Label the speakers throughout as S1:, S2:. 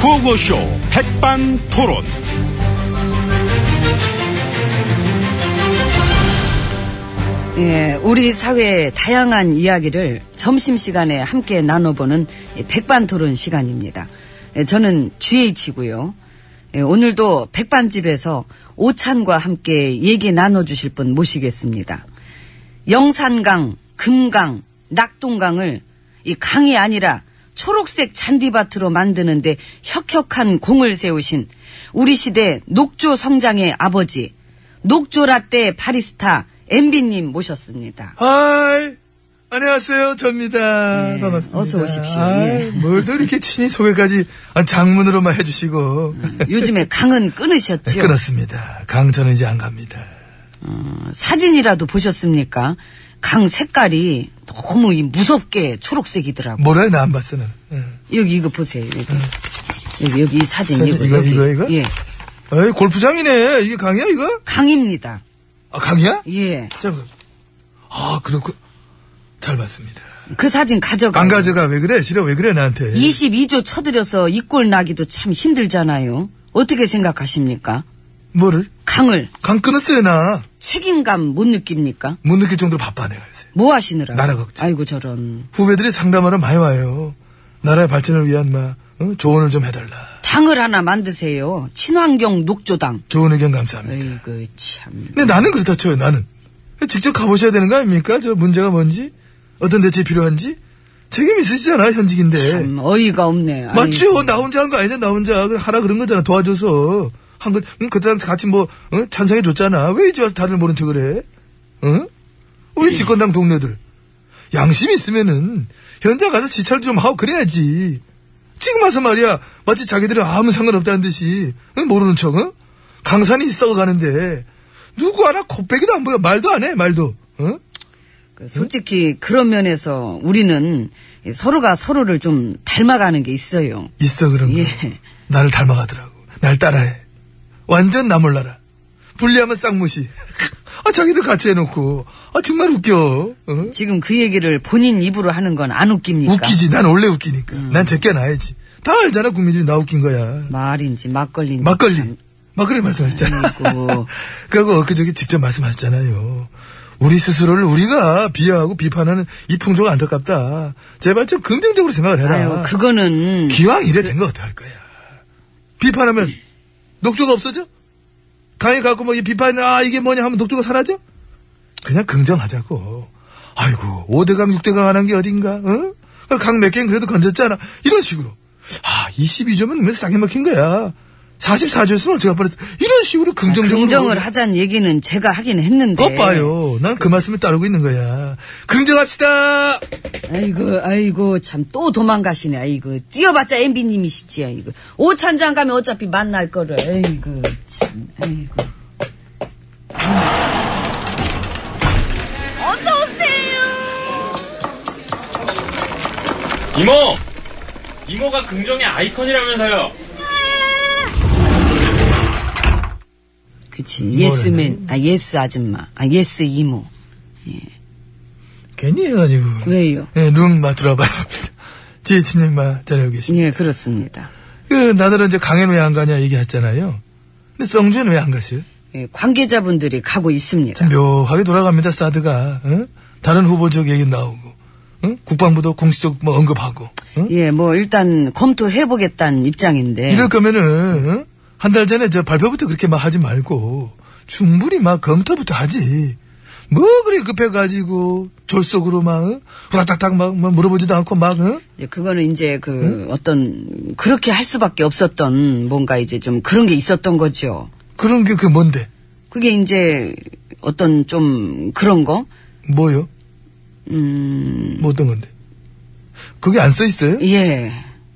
S1: 구호쇼 백반토론.
S2: 예, 우리 사회의 다양한 이야기를 점심시간에 함께 나눠보는 이 백반토론 시간입니다. 예, 저는 GH고요. 예, 오늘도 백반집에서 오찬과 함께 얘기 나눠주실 분 모시겠습니다. 영산강, 금강, 낙동강을 이 강이 아니라 초록색 잔디밭으로 만드는데 혁혁한 공을 세우신 우리 시대 녹조 성장의 아버지, 녹조라떼 바리스타 엠비님 모셨습니다.
S3: 하이 안녕하세요 저입니다
S2: 예,
S3: 반갑습니다
S2: 어서 오십시오. 예.
S3: 뭘또 이렇게 친히 소개까지 아, 장문으로만 해주시고
S2: 요즘에 강은
S3: 네,
S2: 끊으셨죠?
S3: 그렇습니다 강 저는 이제 안 갑니다
S2: 사진이라도 보셨습니까? 강 색깔이 너무 이 무섭게 초록색이더라고.
S3: 뭐래 나 안 봤어 나는 네. 응.
S2: 여기 이거 보세요. 여기 여기, 여기 이 사진
S3: 뭐. 네. 사진,
S2: 이거
S3: 이거,
S2: 여기.
S3: 이거, 이거?
S2: 예
S3: 에이 골프장이네 이게 강이야 이거?
S2: 강입니다.
S3: 아 강이야?
S2: 예.
S3: 잠깐 아 그렇고 잘 봤습니다
S2: 그 사진 가져가.
S3: 안 네. 가져가 왜 그래 싫어 왜 그래 나한테
S2: 22조 쳐들여서 이 꼴 나기도 참 힘들잖아요. 어떻게 생각하십니까?
S3: 뭐를?
S2: 강을
S3: 강 끊었어요 나 못
S2: 책임감 못 느낍니까?
S3: 느낄 정도로 바빠 내가 요새
S2: 뭐 하시느라?
S3: 나라 걱정.
S2: 아이고 저런.
S3: 후배들이 상담하러 많이 와요. 나라의 발전을 위한 막 어? 조언을 좀 해달라.
S2: 당을 하나 만드세요. 친환경 녹조당.
S3: 좋은 의견 감사합니다.
S2: 아이고 참.
S3: 근데 나는 그렇다 쳐요. 나는 직접 가보셔야 되는 거 아닙니까? 저 문제가 뭔지 어떤 대체 필요한지 책임 있으시잖아 현직인데
S2: 참 어이가 없네. 아이고.
S3: 네. 맞죠? 나 혼자 한 거 아니잖아. 나 혼자 하라 그런 거잖아. 도와줘서 한 거. 응, 그때 같이 뭐 어? 찬성해 줬잖아. 왜 이제 와서 다들 모른 척을 해? 응? 우리 집권당 동료들 양심 있으면은 현장 가서 시찰 좀 하고 그래야지. 지금 와서 말이야 마치 자기들은 아무 상관없다는 듯이 응? 모르는 척 응? 강산이 있어 가는데 누구 하나 코빼기도 안 보여 말도 안 해 말도 응?
S2: 그 솔직히 그런 면에서 우리는 서로가 서로를 좀 닮아가는 게 있어요.
S3: 있어 그런 거.
S2: 예.
S3: 나를 닮아가더라고. 날 따라해. 완전 나 몰라라. 불리하면 쌍무시. 아 자기들 같이 해놓고. 아 정말 웃겨. 어?
S2: 지금 그 얘기를 본인 입으로 하는 건 안 웃깁니까?
S3: 웃기지. 난 원래 웃기니까.
S2: 음.
S3: 난 제껴놔야지. 다 알잖아 국민들이 나 웃긴 거야.
S2: 말인지 막걸리인지.
S3: 막걸리.
S2: 참.
S3: 막걸리 말씀하셨잖아.
S2: 아이고.
S3: 그리고 엊그저께 직접 말씀하셨잖아요. 우리 스스로를 우리가 비하하고 비판하는 이 풍조가 안타깝다. 제발 좀 긍정적으로 생각을 해라.
S2: 아유, 그거는
S3: 기왕 이래 된 거 어떡할 거야. 비판하면 녹조가 없어져? 강에 갖고 뭐 이 비판, 아, 이게 뭐냐 하면 녹조가 사라져? 그냥 긍정하자고. 아이고, 5대강, 6대강 안 한 게 어딘가, 응? 그러니까 강 몇 개는 그래도 건졌잖아. 이런 식으로. 아, 22점은 왜 싸게 막힌 거야. 44조였으면 어떡할 뻔했어. 이런 식으로 긍정적으로.
S2: 긍정을 하자는 얘기는 제가 하긴 했는데.
S3: 거 봐요. 난 그 말씀을 따르고 있는 거야. 긍정합시다!
S2: 아이고, 아이고, 참 또 도망가시네. 아이고, 뛰어봤자 엠비님이시지. 아이고, 오찬장 가면 어차피 만날 거를. 아이고, 참, 아이고.
S4: 이모! 이모가 긍정의 아이콘이라면서요.
S2: 그치. 예스맨, 아, 예스 아줌마, 아, 예스 이모.
S3: 괜히 해가지고.
S2: 왜요?
S3: 예, 룸마 들어봤습니다. 지혜진님 마 잘하고 계십니다.
S2: 예, 그렇습니다.
S3: 그 나들은 이제 강연 왜 안 가냐 얘기했잖아요. 근데 성주는 왜 안 가실?
S2: 예, 관계자분들이 가고 있습니다.
S3: 참 묘하게 돌아갑니다 사드가. 응? 다른 후보적 얘기 나오고, 응? 국방부도 공식적 뭐 언급하고. 응?
S2: 예, 뭐, 일단 검토해보겠다는 입장인데.
S3: 이럴 거면은 한 달 전에 저 발표부터 그렇게 막 하지 말고 충분히 막 검토부터 하지. 뭐 그리 급해가지고 졸속으로 막 응? 후라닥닥 막, 막 물어보지도 않고 막 응?
S2: 이제 그거는 이제 그 어떤, 그렇게 할 수밖에 없었던 뭔가 이제 좀 그런 게 있었던 거죠.
S3: 그런 게 그 뭔데?
S2: 그게 이제 어떤 좀 그런 거?
S3: 뭐요?
S2: 음,
S3: 뭐 어떤 건데? 그게 안 써 있어요?
S2: 예.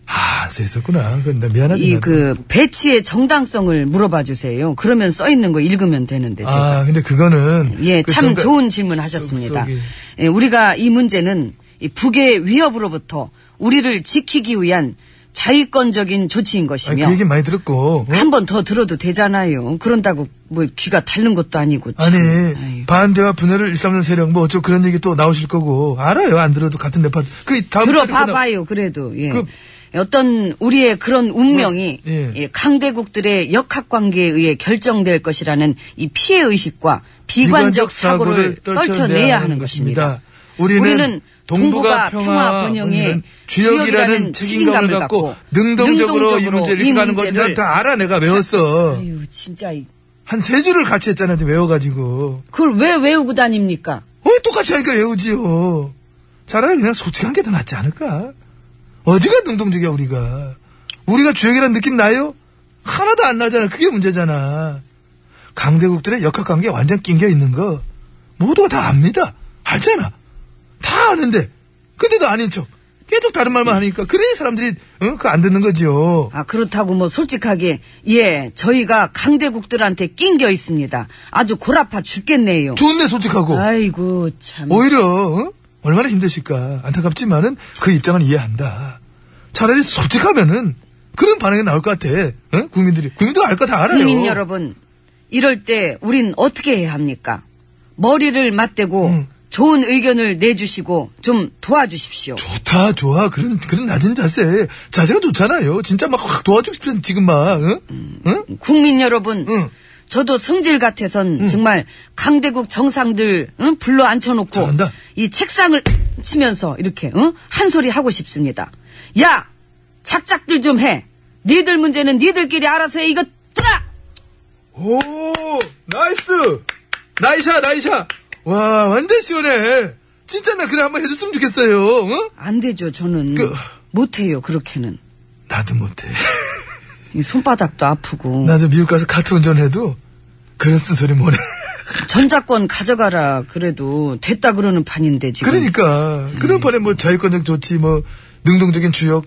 S3: 아, 안 써 있었구나. 그건 나 미안하지. 나도.
S2: 이 그 배치의 정당성을 물어봐 주세요. 그러면 써 있는 거 읽으면 되는데 예, 제가.
S3: 아, 근데 그거는.
S2: 예,
S3: 그
S2: 참
S3: 정가-
S2: 좋은 질문 하셨습니다.
S3: 속속이.
S2: 예, 우리가 이 문제는 이 북의 위협으로부터 우리를 지키기 위한 자위권적인 조치인
S3: 아니,
S2: 것이며
S3: 그 얘기 많이 들었고. 어?
S2: 한 번 더 들어도 되잖아요. 그런다고 뭐 귀가 닳는 것도 아니고. 참.
S3: 아니,
S2: 아이고.
S3: 반대와 분열을 일삼는 세력, 뭐 어쩌고 그런 얘기 또 나오실 거고. 알아요. 안 들어도 같은 레파트. 그 다음. 달에
S2: 들어봐봐요, 그래도. 예.
S3: 그-
S2: 어떤 우리의 그런 운명이
S3: 예.
S2: 예, 강대국들의 역학 관계에 의해 결정될 것이라는 이 피해 의식과 비관적 사고를 떨쳐내야 하는 것입니다.
S3: 우리는, 동북아 평화 번영에 주역이라는 책임감을 갖고 능동적으로 이 문제를 일으켜가는
S2: 이
S3: 것이다.
S2: 문제를
S3: 다 알아 내가 외웠어.
S2: 아유, 진짜 이-
S3: 한 세 줄을 같이 했잖아 지금 외워가지고.
S2: 그걸 왜 외우고 다닙니까?
S3: 어 똑같이 하니까 외우지요. 차라리 그냥 솔직한 게 더 낫지 않을까? 어디가 능동적이야 우리가. 우리가 주역이라는 느낌 나요? 하나도 안 나잖아. 그게 문제잖아. 강대국들의 역학관계 완전 낑겨 있는 거 모두가 다 압니다. 알잖아. 다 아는데 근데도 아닌 척 계속 다른 말만 하니까 그래 사람들이 어? 그안 듣는 거지요.
S2: 아, 그렇다고 뭐 솔직하게 예, 저희가 강대국들한테 낑겨 있습니다. 아주 골아파 죽겠네요.
S3: 좋네 솔직하고.
S2: 아이고 참.
S3: 오히려 어? 얼마나 힘드실까 안타깝지만은 그 입장은 이해한다. 차라리 솔직하면은 그런 반응이 나올 것 같아. 어? 국민들이 국민도 알 거 다 알아요.
S2: 국민 여러분, 이럴 때 우린 어떻게 해야 합니까? 머리를 맞대고
S3: 음.
S2: 좋은 의견을 내주시고 좀 도와주십시오.
S3: 어, 좋다 좋아 그런 그런 낮은 자세 자세가 좋잖아요. 진짜 막 확 도와주고 싶은 지금 막 어? 어?
S2: 국민 여러분,
S3: 응.
S2: 저도 성질
S3: 음.
S2: 같아선 정말 강대국 정상들 응? 불러 앉혀놓고
S3: 잘한다.
S2: 이 책상을 치면서 이렇게 응? 한 소리 하고 싶습니다. 야, 작작들 좀 해. 니들 문제는 니들끼리 알아서 해. 이거 들아.
S3: 오 나이스 나이샤 나이샤 와 완전 시원해. 진짜 나 그래 한번 해줬으면 좋겠어요. 어?
S2: 안 되죠. 저는
S3: 그-
S2: 못해요. 그렇게는
S3: 나도 못해.
S2: 이 손바닥도 아프고
S3: 나도 미국 가서 카트 운전해도 그런 쓴소리 못해.
S2: 전자권 가져가라 그래도 됐다 그러는 판인데 지금 예.
S3: 그러니까 그런 판에 뭐 자유권적 조치 뭐 능동적인 주역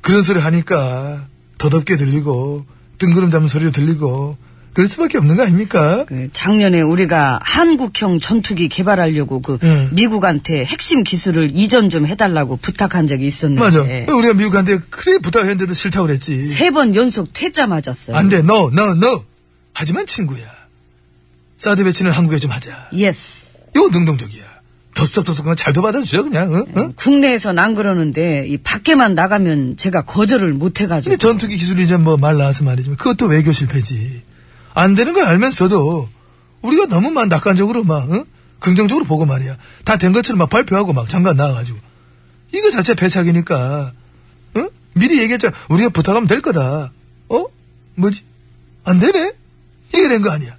S3: 그런 소리 하니까 더덥게 들리고 뜬구름 잡는 소리로 들리고 그럴 수밖에 없는 거 아닙니까?
S2: 그 작년에 우리가 한국형 전투기 개발하려고 그
S3: 예.
S2: 미국한테 핵심 기술을 이전 좀 해달라고 부탁한 적이 있었는데
S3: 맞아. 우리가 미국한테 그래 부탁했는데도 싫다고 그랬지.
S2: 세 번 연속 퇴짜 맞았어요.
S3: 안 돼. no, no, no. 하지만 친구야. 사드 배치는 한국에 좀 하자.
S2: 예스.
S3: 이거 능동적이야. 덥석덥석 그냥 잘도 받아주죠 그냥. 응?
S2: 예.
S3: 응?
S2: 국내에선 안 그러는데 이 밖에만 나가면 제가 거절을 못
S3: 근데
S2: 해가지고
S3: 전투기 기술이 이제 뭐 말 나와서 말이지만 그것도 외교 실패지. 안 되는 걸 알면서도 우리가 너무 막 낙관적으로 막 어? 긍정적으로 보고 말이야. 다 된 것처럼 막 발표하고 막 장관 나와가지고 이거 자체 배착이니까 어? 미리 얘기했자 우리가 부탁하면 될 거다. 어? 뭐지? 안 되네? 이게 된 거 아니야.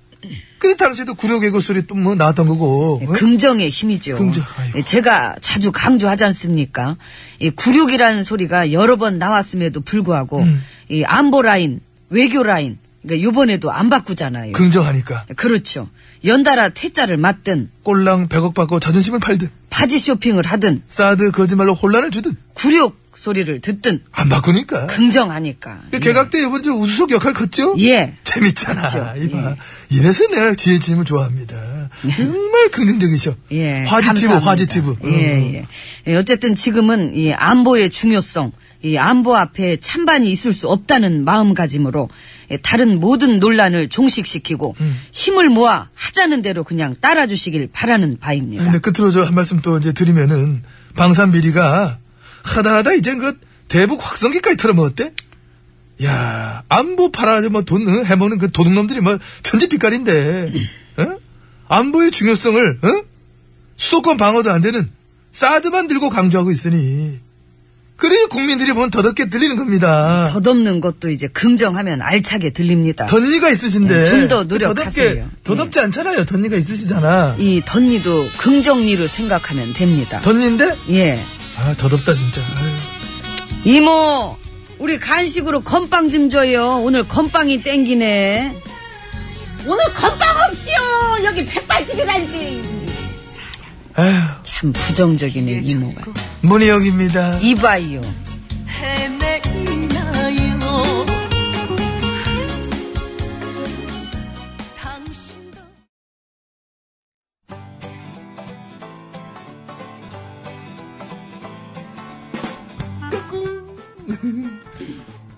S3: 그래 당시에도 구려개구 소리 또 뭐 나왔던 거고. 어?
S2: 네, 긍정의 힘이죠.
S3: 긍정, 아이고.
S2: 예, 제가 자주 강조하지 않습니까? 이 굴욕이라는 소리가 여러 번 나왔음에도 불구하고 이 안보 라인, 외교 라인, 그러니까 요번에도 안 바꾸잖아요.
S3: 긍정하니까
S2: 그렇죠. 연달아 퇴짜를 맞든
S3: 꼴랑 100억 받고 자존심을 팔든
S2: 바지 쇼핑을 하든
S3: 사드 거짓말로 혼란을 주든
S2: 굴욕 소리를 듣든
S3: 안 바꾸니까.
S2: 긍정하니까.
S3: 그 개각 때 이번에 저 우수석 역할 컸죠?
S2: 예.
S3: 재밌잖아.
S2: 그렇죠.
S3: 이봐.
S2: 예.
S3: 이래서 내가 지혜진을 좋아합니다. 정말 긍정적이셔.
S2: 예,
S3: 화지티브,
S2: 감사합니다.
S3: 화지티브. 어. 음.
S2: 예, 예. 예, 어쨌든 지금은 이 안보의 중요성, 이 안보 앞에 찬반이 있을 수 없다는 마음가짐으로 예, 다른 모든 논란을 종식시키고
S3: 음.
S2: 힘을 모아 하자는 대로 그냥 따라주시길 바라는 바입니다.
S3: 근데 네, 끝으로 저 한 말씀 또 이제 드리면은 방산 비리가 하다 하다 이젠 그 대북 확성기까지 털어먹었대? 야, 안보 팔아서 뭐돈 해먹는 그 도둑놈들이 뭐 천지빛깔인데, 어? 안보의 중요성을, 어? 수도권 방어도 안 되는 사드만 들고 강조하고 있으니. 그래야 국민들이 보면 더럽게 들리는 겁니다.
S2: 덧없는 것도 이제 긍정하면 알차게 들립니다.
S3: 덧니가 있으신데.
S2: 네, 좀더 노력하세요. 예.
S3: 더럽게, 더럽지 않잖아요. 덧니가 있으시잖아.
S2: 이 덧니도 긍정리로 생각하면 됩니다.
S3: 덧니인데?
S2: 예.
S3: 아, 더럽다, 진짜. 아유.
S2: 이모, 우리 간식으로 건빵 좀 줘요. 오늘 건빵이 땡기네.
S5: 오늘 건빵 없이요. 여기 백반집이라니까.
S3: 아휴,
S2: 예, 참 부정적이네, 이모가.
S3: 문희영입니다.
S2: 이봐요.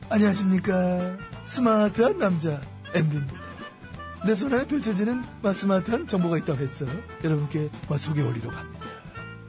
S3: 안녕하십니까. 스마트한 남자, MB입니다. 내 손안에 펼쳐지는 막 스마트한 정보가 있다고 해서 여러분께 막 소개해드리러 갑니다.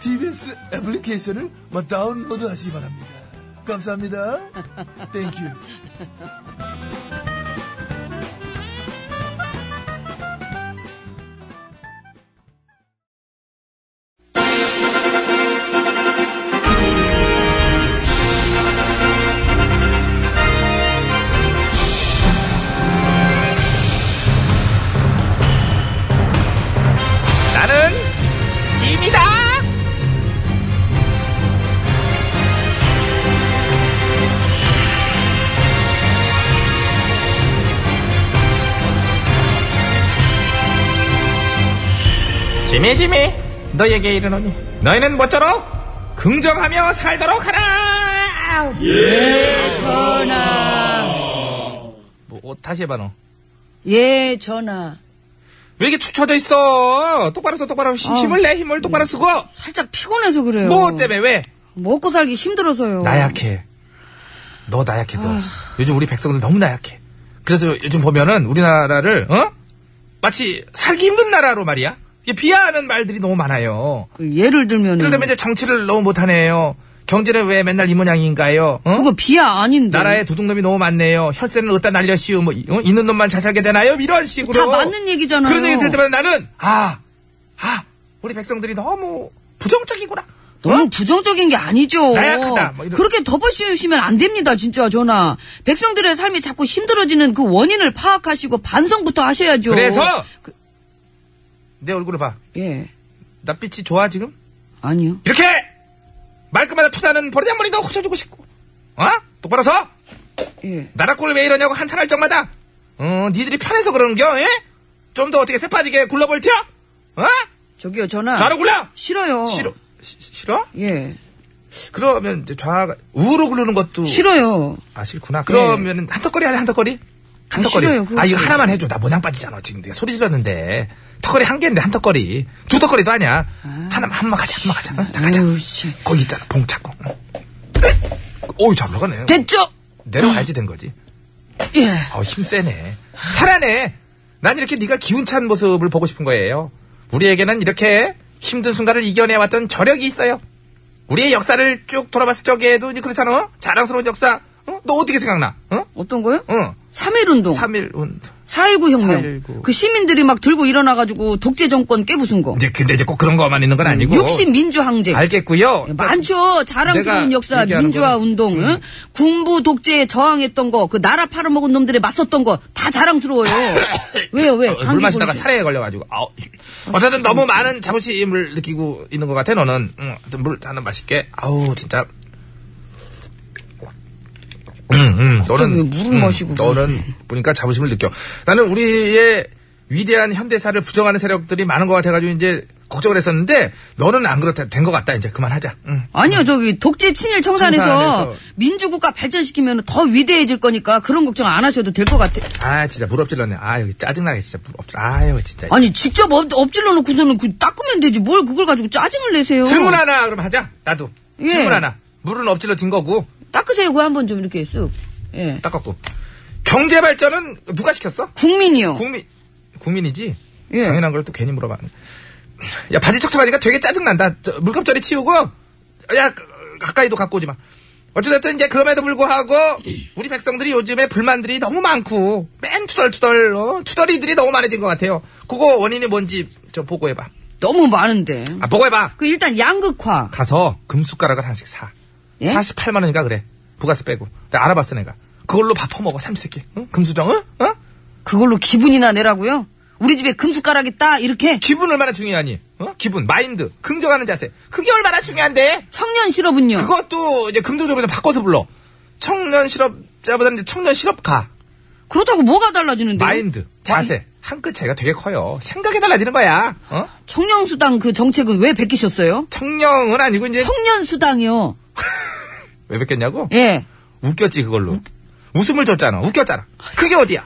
S6: TBS 애플리케이션을 막 다운로드 하시기 바랍니다. 감사합니다. 땡큐.
S3: 나는 짐이다. 짐이 짐이 너에게 이르노니 너희는 모쪼록 긍정하며 살도록 하라.
S2: 전하.
S3: 뭐, 어, 다시 해봐 너.
S2: 예, 전하.
S3: 왜 이렇게 축 처져 있어? 똑바로 써 똑바로 힘- 힘을 내 힘을 똑바로 쓰고.
S2: 살짝 피곤해서 그래요.
S3: 뭐 때문에 왜?
S2: 먹고 살기 힘들어서요.
S3: 나약해. 너 나약해, 너.
S2: 아.
S3: 요즘 우리 백성들 너무 나약해. 그래서 요즘 보면은 우리나라를, 어? 마치 살기 힘든 나라로 말이야. 이게 비하하는 말들이 너무 많아요.
S2: 그 예를 들면
S3: 예를 들면 이제 정치를 너무 못하네요. 경제를 왜 맨날 이 모양인가요? 어?
S2: 그거 비하 아닌데.
S3: 나라에 도둑놈이 너무 많네요. 혈세는 어디다 날려씌우, 뭐, 어? 있는 놈만 잘 살게 되나요? 이런 식으로.
S2: 다 맞는 얘기잖아요.
S3: 그런 얘기 들 때마다 나는, 아, 아, 우리 백성들이 너무 부정적이구나.
S2: 너무 부정적인 게 아니죠.
S3: 나약하다, 뭐 이런-
S2: 그렇게 덮어씌우시면 안 됩니다, 진짜, 전하. 백성들의 삶이 자꾸 힘들어지는 그 원인을 파악하시고 반성부터 하셔야죠.
S3: 그래서 내 얼굴을 봐.
S2: 예.
S3: 나 빛이 좋아 지금?
S2: 아니요.
S3: 이렇게 말끝마다 토다는 버르장머리도 호쳐주고 싶고 어? 똑바로 서
S2: 예.
S3: 나라 꼴 왜 이러냐고 한탄할 적마다 어 니들이 편해서 그러는겨 예? 좀 더 어떻게 새빠지게 굴러볼 텨? 어?
S2: 저기요, 전하.
S3: 좌로 굴러
S2: 싫어요.
S3: 싫어 시- 싫어?
S2: 예.
S3: 그러면 이제 좌가 우로 굴르는 것도
S2: 싫어요.
S3: 아 싫구나 그러면 은 한턱거리 할래 한턱거리? 한턱거리
S2: 네. 싫어요, 그거.
S3: 아 이거 하나만 해줘 나 모양 빠지잖아 지금 내가 소리 질렀는데 턱걸이 한 개인데 한턱거리 두 턱거리도 아니야 하나만 한번 가자 한번 가자 응, 자, 가자
S2: 아유, 씨.
S3: 거기 있잖아 봉 찾고 오이 잘 올라가네
S2: 됐죠?
S3: 내려와야지 된 거지
S2: 예.
S3: 어, 힘 세네 잘하네 난 이렇게 네가 기운찬 모습을 보고 싶은 거예요 우리에게는 이렇게 힘든 순간을 이겨내왔던 저력이 있어요 우리의 역사를 쭉 돌아봤을 적에도 이제 그렇잖아 자랑스러운 역사 어? 너 어떻게 생각나? 어?
S2: 어떤 거요?
S3: 응.
S2: 3.1 운동.
S3: 3일 운동
S2: 4.19 혁명.
S3: 4.19.
S2: 그 시민들이 막 들고 일어나가지고 독재 정권 깨부순 거.
S3: 이제 근데 이제 꼭 그런 거만 있는 건 네, 아니고
S2: 육십 예, 민주항쟁.
S3: 알겠고요
S2: 많죠. 자랑스러운
S3: 그러니까 내가
S2: 역사,
S3: 얘기하는
S2: 민주화
S3: 거는- 음.
S2: 운동, 응? 군부 독재에 저항했던 거, 그 나라 팔아먹은 놈들에 맞섰던 거, 다 자랑스러워요. 왜요, 왜?
S3: 어, 물
S2: 감기
S3: 마시다가
S2: 걸리지?
S3: 살해에 걸려가지고 아우. 어쨌든 너무 많은 자부심을 느끼고 있는 것 같아 너는 응, 하여튼 물 하나 맛있게 아우 진짜 음, 음, 너는
S2: 왜 물을 마시고
S3: 너는 보니까 자부심을 느껴 나는 우리의 위대한 현대사를 부정하는 세력들이 많은 것 같아가지고 이제 걱정을 했었는데 너는 안 그렇다 된 것 같다 이제 그만하자 응.
S2: 아니요, 저기 독재 친일 청산에서
S3: 청산에서.
S2: 민주국가 발전시키면 더 위대해질 거니까 그런 걱정 안 하셔도 될 것 같아.
S3: 아 진짜 물 엎질렀네 아 여기 짜증나게 진짜 물 엎질 아유 진짜
S2: 아니, 직접 엎, 질러 놓고서는 그 닦으면 되지. 뭘 그걸 가지고 짜증을 내세요.
S3: 질문 하나 그럼 하자 나도
S2: 예.
S3: 질문 하나 물은 엎질러진 거고
S2: 닦으세요. 그거 한번 좀 이렇게 쓱. 예.
S3: 닦았고 경제 발전은 누가 시켰어?
S2: 국민이요.
S3: 국민 국민이지.
S2: 예.
S3: 당연한 걸 또 괜히 물어봐. 야 바지 척척하니까 되게 짜증 난다. 물컵절이 치우고 야 가- 가까이도 갖고 오지 마. 어찌됐든 이제 그럼에도 불구하고 우리 백성들이 요즘에 불만들이 너무 많고 맨 투덜투덜 어? 투덜이들이 너무 많아진 것 같아요. 그거 원인이 뭔지 저 보고해봐.
S2: 너무 많은데.
S3: 아 보고해봐.
S2: 그 일단 양극화.
S3: 가서 금숟가락을 하나씩 사.
S2: 예?
S3: 48만 원인가 그래. 부가세 빼고. 내가 알아봤어 내가. 그걸로 밥 퍼먹어 삼시세끼. 응? 금수저 응? 어? 응?
S2: 그걸로 기분이나 내라고요? 우리 집에 금숟가락 있다 이렇게
S3: 기분 얼마나 중요하니? 어? 기분, 마인드, 긍정하는 자세. 그게 얼마나 중요한데?
S2: 청년 실업은요.
S3: 그것도 이제 긍정적으로 좀 바꿔서 불러. 청년 실업자보다는 이제 청년 실업가.
S2: 그렇다고 뭐가 달라지는데?
S3: 마인드, 자세. 한 끗 차이가 되게 커요. 생각이 달라지는 거야. 어?
S2: 청년 수당 그 정책은 왜 베끼셨어요?
S3: 청년은 아니고 이제
S2: 청년 수당이요.
S3: 왜 뵙겠냐고?
S2: 예.
S1: 웃겼지 그걸로. 웃음을 줬잖아. 웃겼잖아. 그게 어디야?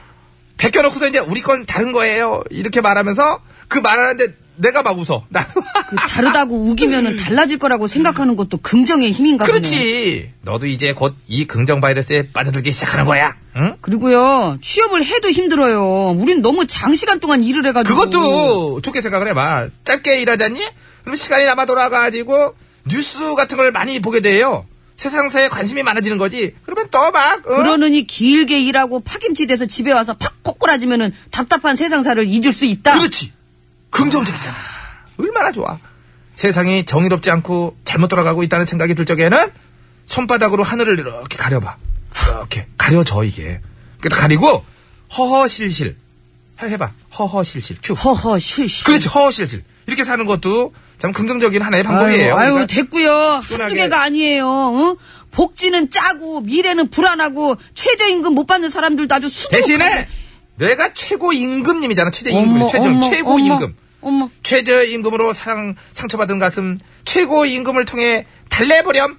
S1: 베껴놓고서 이제 우리 건 다른 거예요. 이렇게 말하면서 그 말하는데 내가 막 웃어. 나
S2: 그 다르다고 우기면은 달라질 거라고 생각하는 것도 긍정의 힘인가 보네.
S1: 그렇지. 너도 이제 곧 이 긍정 바이러스에 빠져들기 시작하는 거야. 응?
S2: 그리고요 취업을 해도 힘들어요. 우린 너무 장시간 동안 일을 해가지고
S3: 음.
S1: 그것도 좋게 생각을 해봐. 짧게 일하자니? 그럼 시간이 남아 돌아가지고 뉴스 같은 걸 많이 보게 돼요. 세상사에 관심이 많아지는 거지. 그러면 또 막,
S3: 음,
S1: 어?
S2: 그러느니 길게 일하고 파김치 돼서 집에 와서 팍 꼬꾸라지면은 답답한 세상사를 잊을 수 있다.
S1: 그렇죠.
S3: 그렇지. 긍정적이잖아.
S1: 얼마나 좋아. 세상이 정의롭지 않고 잘못 돌아가고 있다는 생각이 들 적에는 손바닥으로 하늘을 이렇게 가려봐. 이렇게 가려져 이게. 그 가리고 허허실실 해- 해봐. 허허실실 큐.
S2: 허허 실실.
S1: 그렇지 허허실실 이렇게 사는 것도 참 긍정적인 하나의 방법이에요.
S2: 아유, 아유
S1: 그러니까
S2: 됐고요. 한두
S1: 끈하게.
S2: 개가 아니에요. 어? 복지는 짜고 미래는 불안하고 최저임금 못 받는 사람들도 아주 수두룩.
S1: 대신에 내가 최고 임금님이잖아. 최저 임금,
S2: 어머,
S1: 최저
S2: 어머,
S1: 최고
S2: 어머,
S1: 임금.
S2: 어머.
S1: 최저 임금으로 사랑 상처받은 가슴 최고 임금을 통해 달래보렴.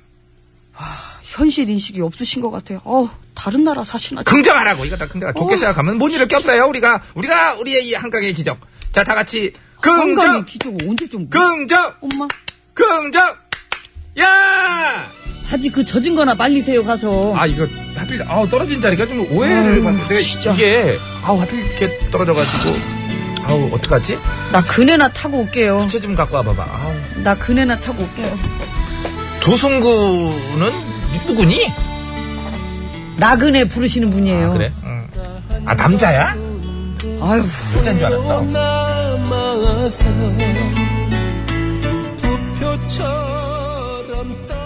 S2: 현실 인식이 없으신 것 같아요. 어 다른 나라 사시나.
S1: 긍정하라고 이거 다 긍정. 좋게 생각하면 뭔 일을 겹어요 우리가 우리가 우리의 이 한강의 기적. 자 다 같이 긍정,
S2: 건강이 기적 언제 좀.
S1: 긍정,
S2: 엄마.
S1: 긍정. 야!
S2: 바지 그 젖은 거나 말리세요 가서.
S1: 아 이거 하필 아 떨어진 자리가 좀 오해를
S2: 아유,
S1: 받는데
S2: 진짜.
S1: 이게 아우 하필 이렇게 떨어져가지고 아우 어떡하지?
S2: 나 그네나 타고 올게요.
S1: 부채 좀 갖고 와봐봐. 아우.
S2: 나 그네나 타고 올게요.
S1: 조승구는 누구니?
S2: 나그네 부르시는 분이에요.
S1: 아, 그래? 응. 아, 남자야?
S2: 아유
S1: 남자인 줄 알았어.
S7: 남아서 부표처럼 따